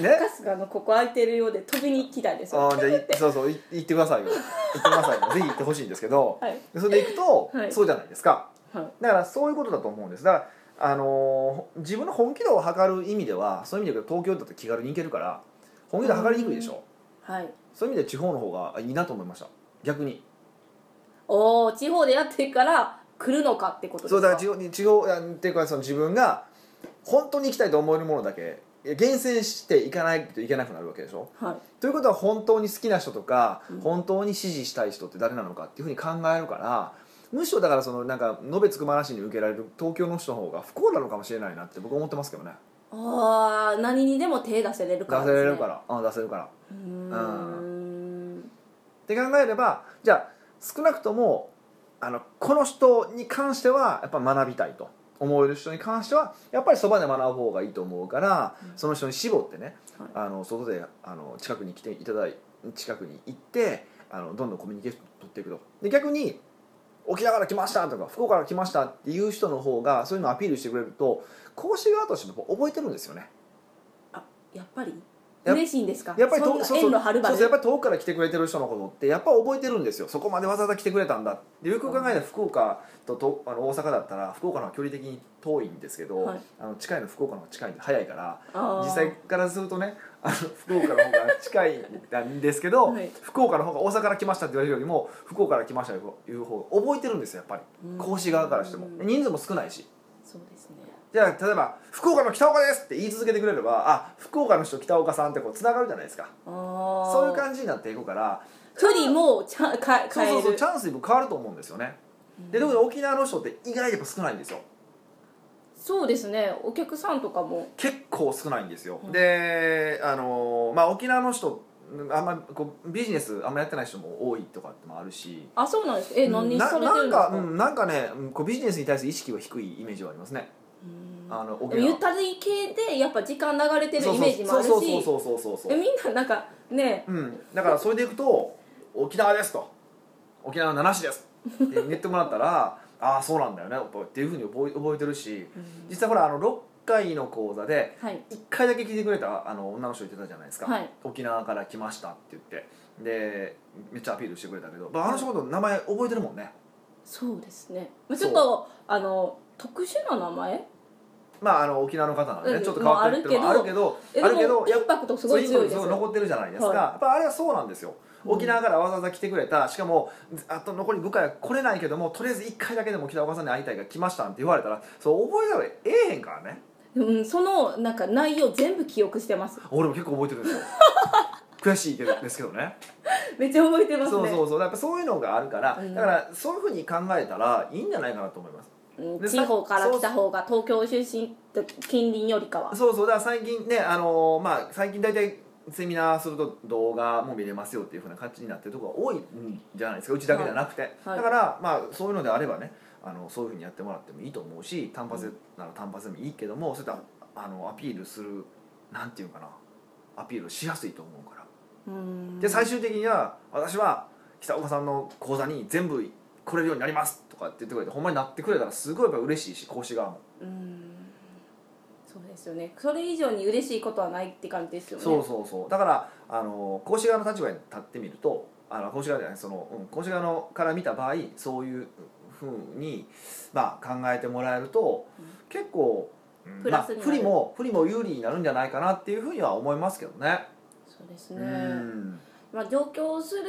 [SPEAKER 1] どね
[SPEAKER 2] 春日のここ空いてるようで飛びに行きたいですよ
[SPEAKER 1] あーじゃあいそうそうい行ってくださいよ行ってください よぜひ行ってほしいんですけど
[SPEAKER 2] はい
[SPEAKER 1] でそれで行くと、
[SPEAKER 2] はい
[SPEAKER 1] そうじゃないですか
[SPEAKER 2] はい
[SPEAKER 1] だからそういうことだと思うんですだから、あのー自分の本気度を測る意味ではそういう意味で言うと東京だと気軽に行けるから本気度測りにくいでしょ
[SPEAKER 2] はい
[SPEAKER 1] そういう意味で地方の方がいいなと思いました逆に
[SPEAKER 2] おお地方でやってるから来るのかってことです
[SPEAKER 1] そ
[SPEAKER 2] か
[SPEAKER 1] うだから地方に地方あっていうかその自分が本当に行きたいと思えるものだけいや厳選していかないといけなくなるわけでしょ
[SPEAKER 2] はい
[SPEAKER 1] ということは本当に好きな人とか、
[SPEAKER 2] うん
[SPEAKER 1] 本当に支持したい人って誰なのかっていうふうに考えるからむしろだからそのなんか延べつくまなしに受けられる東京の人の方が不幸なのかもしれないなって僕は思ってますけどね
[SPEAKER 2] ああ何にでも手出せれるから
[SPEAKER 1] 出
[SPEAKER 2] です、
[SPEAKER 1] せ
[SPEAKER 2] ね、
[SPEAKER 1] れるから、うん、出せるからっ
[SPEAKER 2] うーん
[SPEAKER 1] て考えればじゃあ少なくともあのこの人に関してはやっぱ学びたいと思える人に関してはやっぱりそばで学ぶ方がいいと思うから、
[SPEAKER 2] うん
[SPEAKER 1] その人に絞ってね、
[SPEAKER 2] はい
[SPEAKER 1] あの外であの近くに来ていただい近くに行ってあのどんどんコミュニケーション取っていくとで逆に沖縄から来ましたとか福岡から来ましたっていう人の方がそういうのをアピールしてくれると講師側としても覚えてるんですよね
[SPEAKER 2] あやっぱり
[SPEAKER 1] や
[SPEAKER 2] 嬉しいんですか
[SPEAKER 1] やっぱり
[SPEAKER 2] そ
[SPEAKER 1] 遠
[SPEAKER 2] んな
[SPEAKER 1] そう
[SPEAKER 2] 遠
[SPEAKER 1] そう
[SPEAKER 2] 路はるば
[SPEAKER 1] そう
[SPEAKER 2] る
[SPEAKER 1] そうやっぱり遠くから来てくれてる人のことってやっぱ覚えてるんですよそこまでわざわざ来てくれたんだってよく考えたら福岡ととあの大阪だったら福岡の方が距離的に遠いんですけど、
[SPEAKER 2] はい
[SPEAKER 1] あの近いの福岡の方が近いんで早いから
[SPEAKER 2] あー
[SPEAKER 1] 実際からするとねあの福岡の方が近いんですけど、
[SPEAKER 2] はい
[SPEAKER 1] 福岡の方が大阪から来ましたって言われるよりも福岡から来ましたという方が覚えてるんですよやっぱり
[SPEAKER 2] うん
[SPEAKER 1] 講師側からしても
[SPEAKER 2] うん
[SPEAKER 1] 人数も少ないし
[SPEAKER 2] そうですね
[SPEAKER 1] じゃあ例えば「福岡の北岡です!」って言い続けてくれればあ福岡の人北岡さんってこうつながるじゃないですか
[SPEAKER 2] あ
[SPEAKER 1] そういう
[SPEAKER 2] じ
[SPEAKER 1] 感じになっていくから
[SPEAKER 2] 距離もちゃか
[SPEAKER 1] そう
[SPEAKER 2] 変え
[SPEAKER 1] そ
[SPEAKER 2] る
[SPEAKER 1] うそうチャンスに変わると思うんですよねで特に沖縄の人って意外にやっぱ少ないんですよ
[SPEAKER 2] そうですねお客さんとかも
[SPEAKER 1] 結構少ないんですよ、
[SPEAKER 2] うん
[SPEAKER 1] であのまあ沖縄の人あんまこうビジネスあんまやってない人も多いとかってもあるし
[SPEAKER 2] あそうなんですえ何にされてる
[SPEAKER 1] ななん
[SPEAKER 2] んです
[SPEAKER 1] か、うん、なんかねうんこうビジネスに対する意識は低いイメージはありますね
[SPEAKER 2] か
[SPEAKER 1] あの
[SPEAKER 2] うん
[SPEAKER 1] 沖
[SPEAKER 2] でもゆ
[SPEAKER 1] 縄
[SPEAKER 2] ったり系でやっぱ時間流れてる
[SPEAKER 1] そう
[SPEAKER 2] イメージもあるし
[SPEAKER 1] そうそうそうそうそうそうそ
[SPEAKER 2] え
[SPEAKER 1] う
[SPEAKER 2] みんななんかね
[SPEAKER 1] うんだからそれでいくと「沖縄です」と「沖縄の七市です」って言ってもらったら 「ああそうなんだよね」っていうふうに覚え覚えてるし実際ほらあの6回の講座で
[SPEAKER 2] はい
[SPEAKER 1] 1回だけ聞いてくれたあの女の人言ってたじゃないですか、
[SPEAKER 2] はい
[SPEAKER 1] 沖縄から来ましたって言ってでめっちゃアピールしてくれたけど、まあ、あの人のこと名前覚えてるもんね
[SPEAKER 2] そうですねまあち
[SPEAKER 1] そう
[SPEAKER 2] ょっとあの特殊な名前
[SPEAKER 1] まああの沖縄の方なんで、
[SPEAKER 2] う
[SPEAKER 1] ね、
[SPEAKER 2] ん
[SPEAKER 1] ちょっと変わってるっていうのはあ
[SPEAKER 2] まあ
[SPEAKER 1] るけど
[SPEAKER 2] え
[SPEAKER 1] あるけ
[SPEAKER 2] で
[SPEAKER 1] ど
[SPEAKER 2] もインパクトすごい強いです
[SPEAKER 1] そう
[SPEAKER 2] よ
[SPEAKER 1] う残ってるじゃないですか、
[SPEAKER 2] はい
[SPEAKER 1] やっぱあれはそうなんですよ
[SPEAKER 2] うん
[SPEAKER 1] 沖縄からわざわざ来てくれたしかもあと残り部下は来れないけどもとりあえず1回だけでも沖縄お母さんに会いたいから来ましたって言われたらそう覚えたらええへんから ね
[SPEAKER 2] うん、そのなんか内容全部記憶し てます
[SPEAKER 1] 俺も結構覚えてるんですよ悔しいけどですけどね
[SPEAKER 2] めっちゃ覚えてますね
[SPEAKER 1] そうそうそうやっぱそういうのがあるから、
[SPEAKER 2] うん
[SPEAKER 1] だからそういうふうに考えたらいいんじゃないかなと思います
[SPEAKER 2] うん
[SPEAKER 1] で
[SPEAKER 2] 地方から来た方が東京出身と近隣よりかは
[SPEAKER 1] そうそうだから最近ねあのーまあ最近大体セミナーすると動画も見れますよっていうふうな感じになってるところが多いんじゃないですかうちだけじゃなくて、
[SPEAKER 2] はい
[SPEAKER 1] だからまあそういうのであればねあのそういうふうにやってもらってもいいと思うし単発なら単発でもいいけどもそういったあのアピールするなんていうかなアピールしやすいと思うから
[SPEAKER 2] うん
[SPEAKER 1] で最終的には私は北岡さんの講座に全部来れるようになりますとかって言ってくれてほんまになってくれたらすごいやっぱ嬉しいし講師側も、
[SPEAKER 2] うんそうですよねそれ以上に嬉しいことはないって感じですよね
[SPEAKER 1] そうそうそうだからあの講師側の立場に立ってみるとあの講師側じゃないその、うん、講師側のから見た場合そういうふうに、まあ、考えてもらえると、
[SPEAKER 2] うん
[SPEAKER 1] 結構、うん
[SPEAKER 2] プラスになる
[SPEAKER 1] まあ、不利も不利も有利になるんじゃないかなっていうふうには思いますけどね。
[SPEAKER 2] そうです
[SPEAKER 1] う
[SPEAKER 2] ね
[SPEAKER 1] ん
[SPEAKER 2] まあ、上京する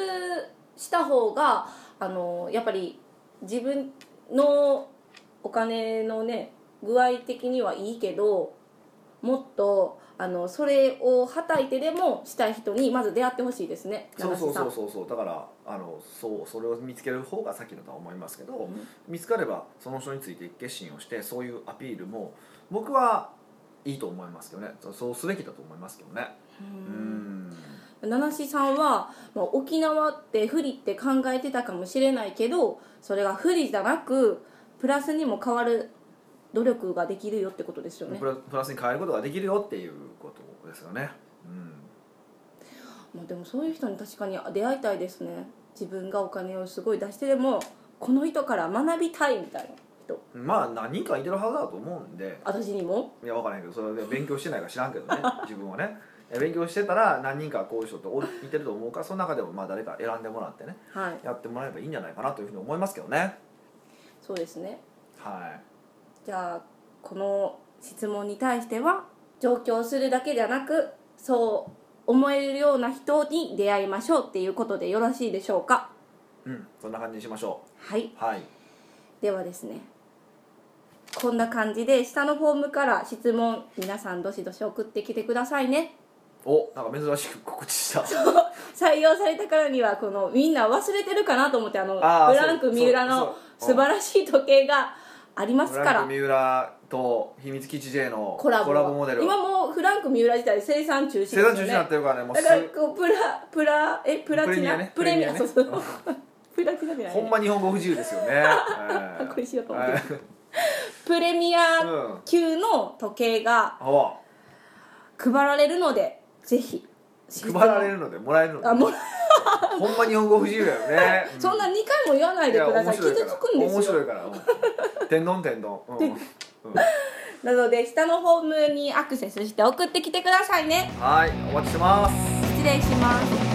[SPEAKER 2] した方があのやっぱり自分のお金のね具合的にはいいけどもっとあのそれをはたいてでもしたい人にまず出会ってほしいですね
[SPEAKER 1] そうそうそう
[SPEAKER 2] 七瀬
[SPEAKER 1] そうそうだからあのそうそれを見つける方が先だとは思いますけど、
[SPEAKER 2] さん
[SPEAKER 1] 見つかればその人について決心をしてそういうアピールも僕はいいと思いますけどねそうそうすべきだと思いますけどねうん
[SPEAKER 2] 七志さんは、まあ、沖縄って不利って考えてたかもしれないけどそれが不利じゃなくプラスにも変わる努力ができるよってことですよね
[SPEAKER 1] プ、ラプラスに変えることができるよっていうことですよね、
[SPEAKER 2] まあ、でもそういう人に確かに出会いたいですね自分がお金をすごい出してでもこの人から学びたいみたいな人
[SPEAKER 1] うん、まあ何人かいてるはずだと思うんで
[SPEAKER 2] 私にも
[SPEAKER 1] いや分からへんけどそれで勉強してないか知らんけどね 自分はねいや勉強してたら何人かこういう人っておいてると思うからその中でもまあ誰か選んでもらってね
[SPEAKER 2] はい
[SPEAKER 1] やってもらえばいいんじゃないかなというふうに思いますけどね
[SPEAKER 2] そうですね
[SPEAKER 1] は
[SPEAKER 2] じゃあこの質問に対しては上京するだけじゃなくそう思えるような人に出会いましょうっていうことでよろしいでしょうか
[SPEAKER 1] い、うん、そんな感じにしましょ
[SPEAKER 2] はい、
[SPEAKER 1] うはい
[SPEAKER 2] ではですねこんな感じで下のフォームから質問皆さんどしどし送ってきてくださいね
[SPEAKER 1] おなんか珍しく告知した
[SPEAKER 2] 採用されたからにはこのみんな忘れてるかなと思ってあのブ
[SPEAKER 1] あー
[SPEAKER 2] ランク
[SPEAKER 1] そう
[SPEAKER 2] 三浦
[SPEAKER 1] そう
[SPEAKER 2] の
[SPEAKER 1] そう
[SPEAKER 2] 素晴らしい時計があります
[SPEAKER 1] フ
[SPEAKER 2] か
[SPEAKER 1] ラン
[SPEAKER 2] ら
[SPEAKER 1] ク三浦と秘密基地 J の
[SPEAKER 2] コラボ
[SPEAKER 1] モデル
[SPEAKER 2] 今もうフランク三浦自体生産中止です
[SPEAKER 1] 生
[SPEAKER 2] よ
[SPEAKER 1] 産
[SPEAKER 2] ね
[SPEAKER 1] 中止になってるからねもう
[SPEAKER 2] だ
[SPEAKER 1] す
[SPEAKER 2] からこうプラプラえプラ
[SPEAKER 1] プ
[SPEAKER 2] チナ
[SPEAKER 1] レミアね
[SPEAKER 2] プレミアそうそう プラチナじゃない
[SPEAKER 1] ほんま日本語不自由ですよ ねえ
[SPEAKER 2] これしようと思って
[SPEAKER 1] え
[SPEAKER 2] プレミ
[SPEAKER 1] えう
[SPEAKER 2] ア
[SPEAKER 1] ん
[SPEAKER 2] 級の時計が
[SPEAKER 1] お
[SPEAKER 2] 配られるのでぜひ
[SPEAKER 1] 配られるのでもらえるので
[SPEAKER 2] あもう
[SPEAKER 1] ほんま日本語不自由だよね
[SPEAKER 2] そんな2回も言わないでください傷つくんで
[SPEAKER 1] 面
[SPEAKER 2] す
[SPEAKER 1] 白
[SPEAKER 2] よ
[SPEAKER 1] いから面白いからうん天丼天丼うんうん
[SPEAKER 2] なので下のホームにアクセスして送ってきてくださいね
[SPEAKER 1] はいお待ちしてます
[SPEAKER 2] 失礼します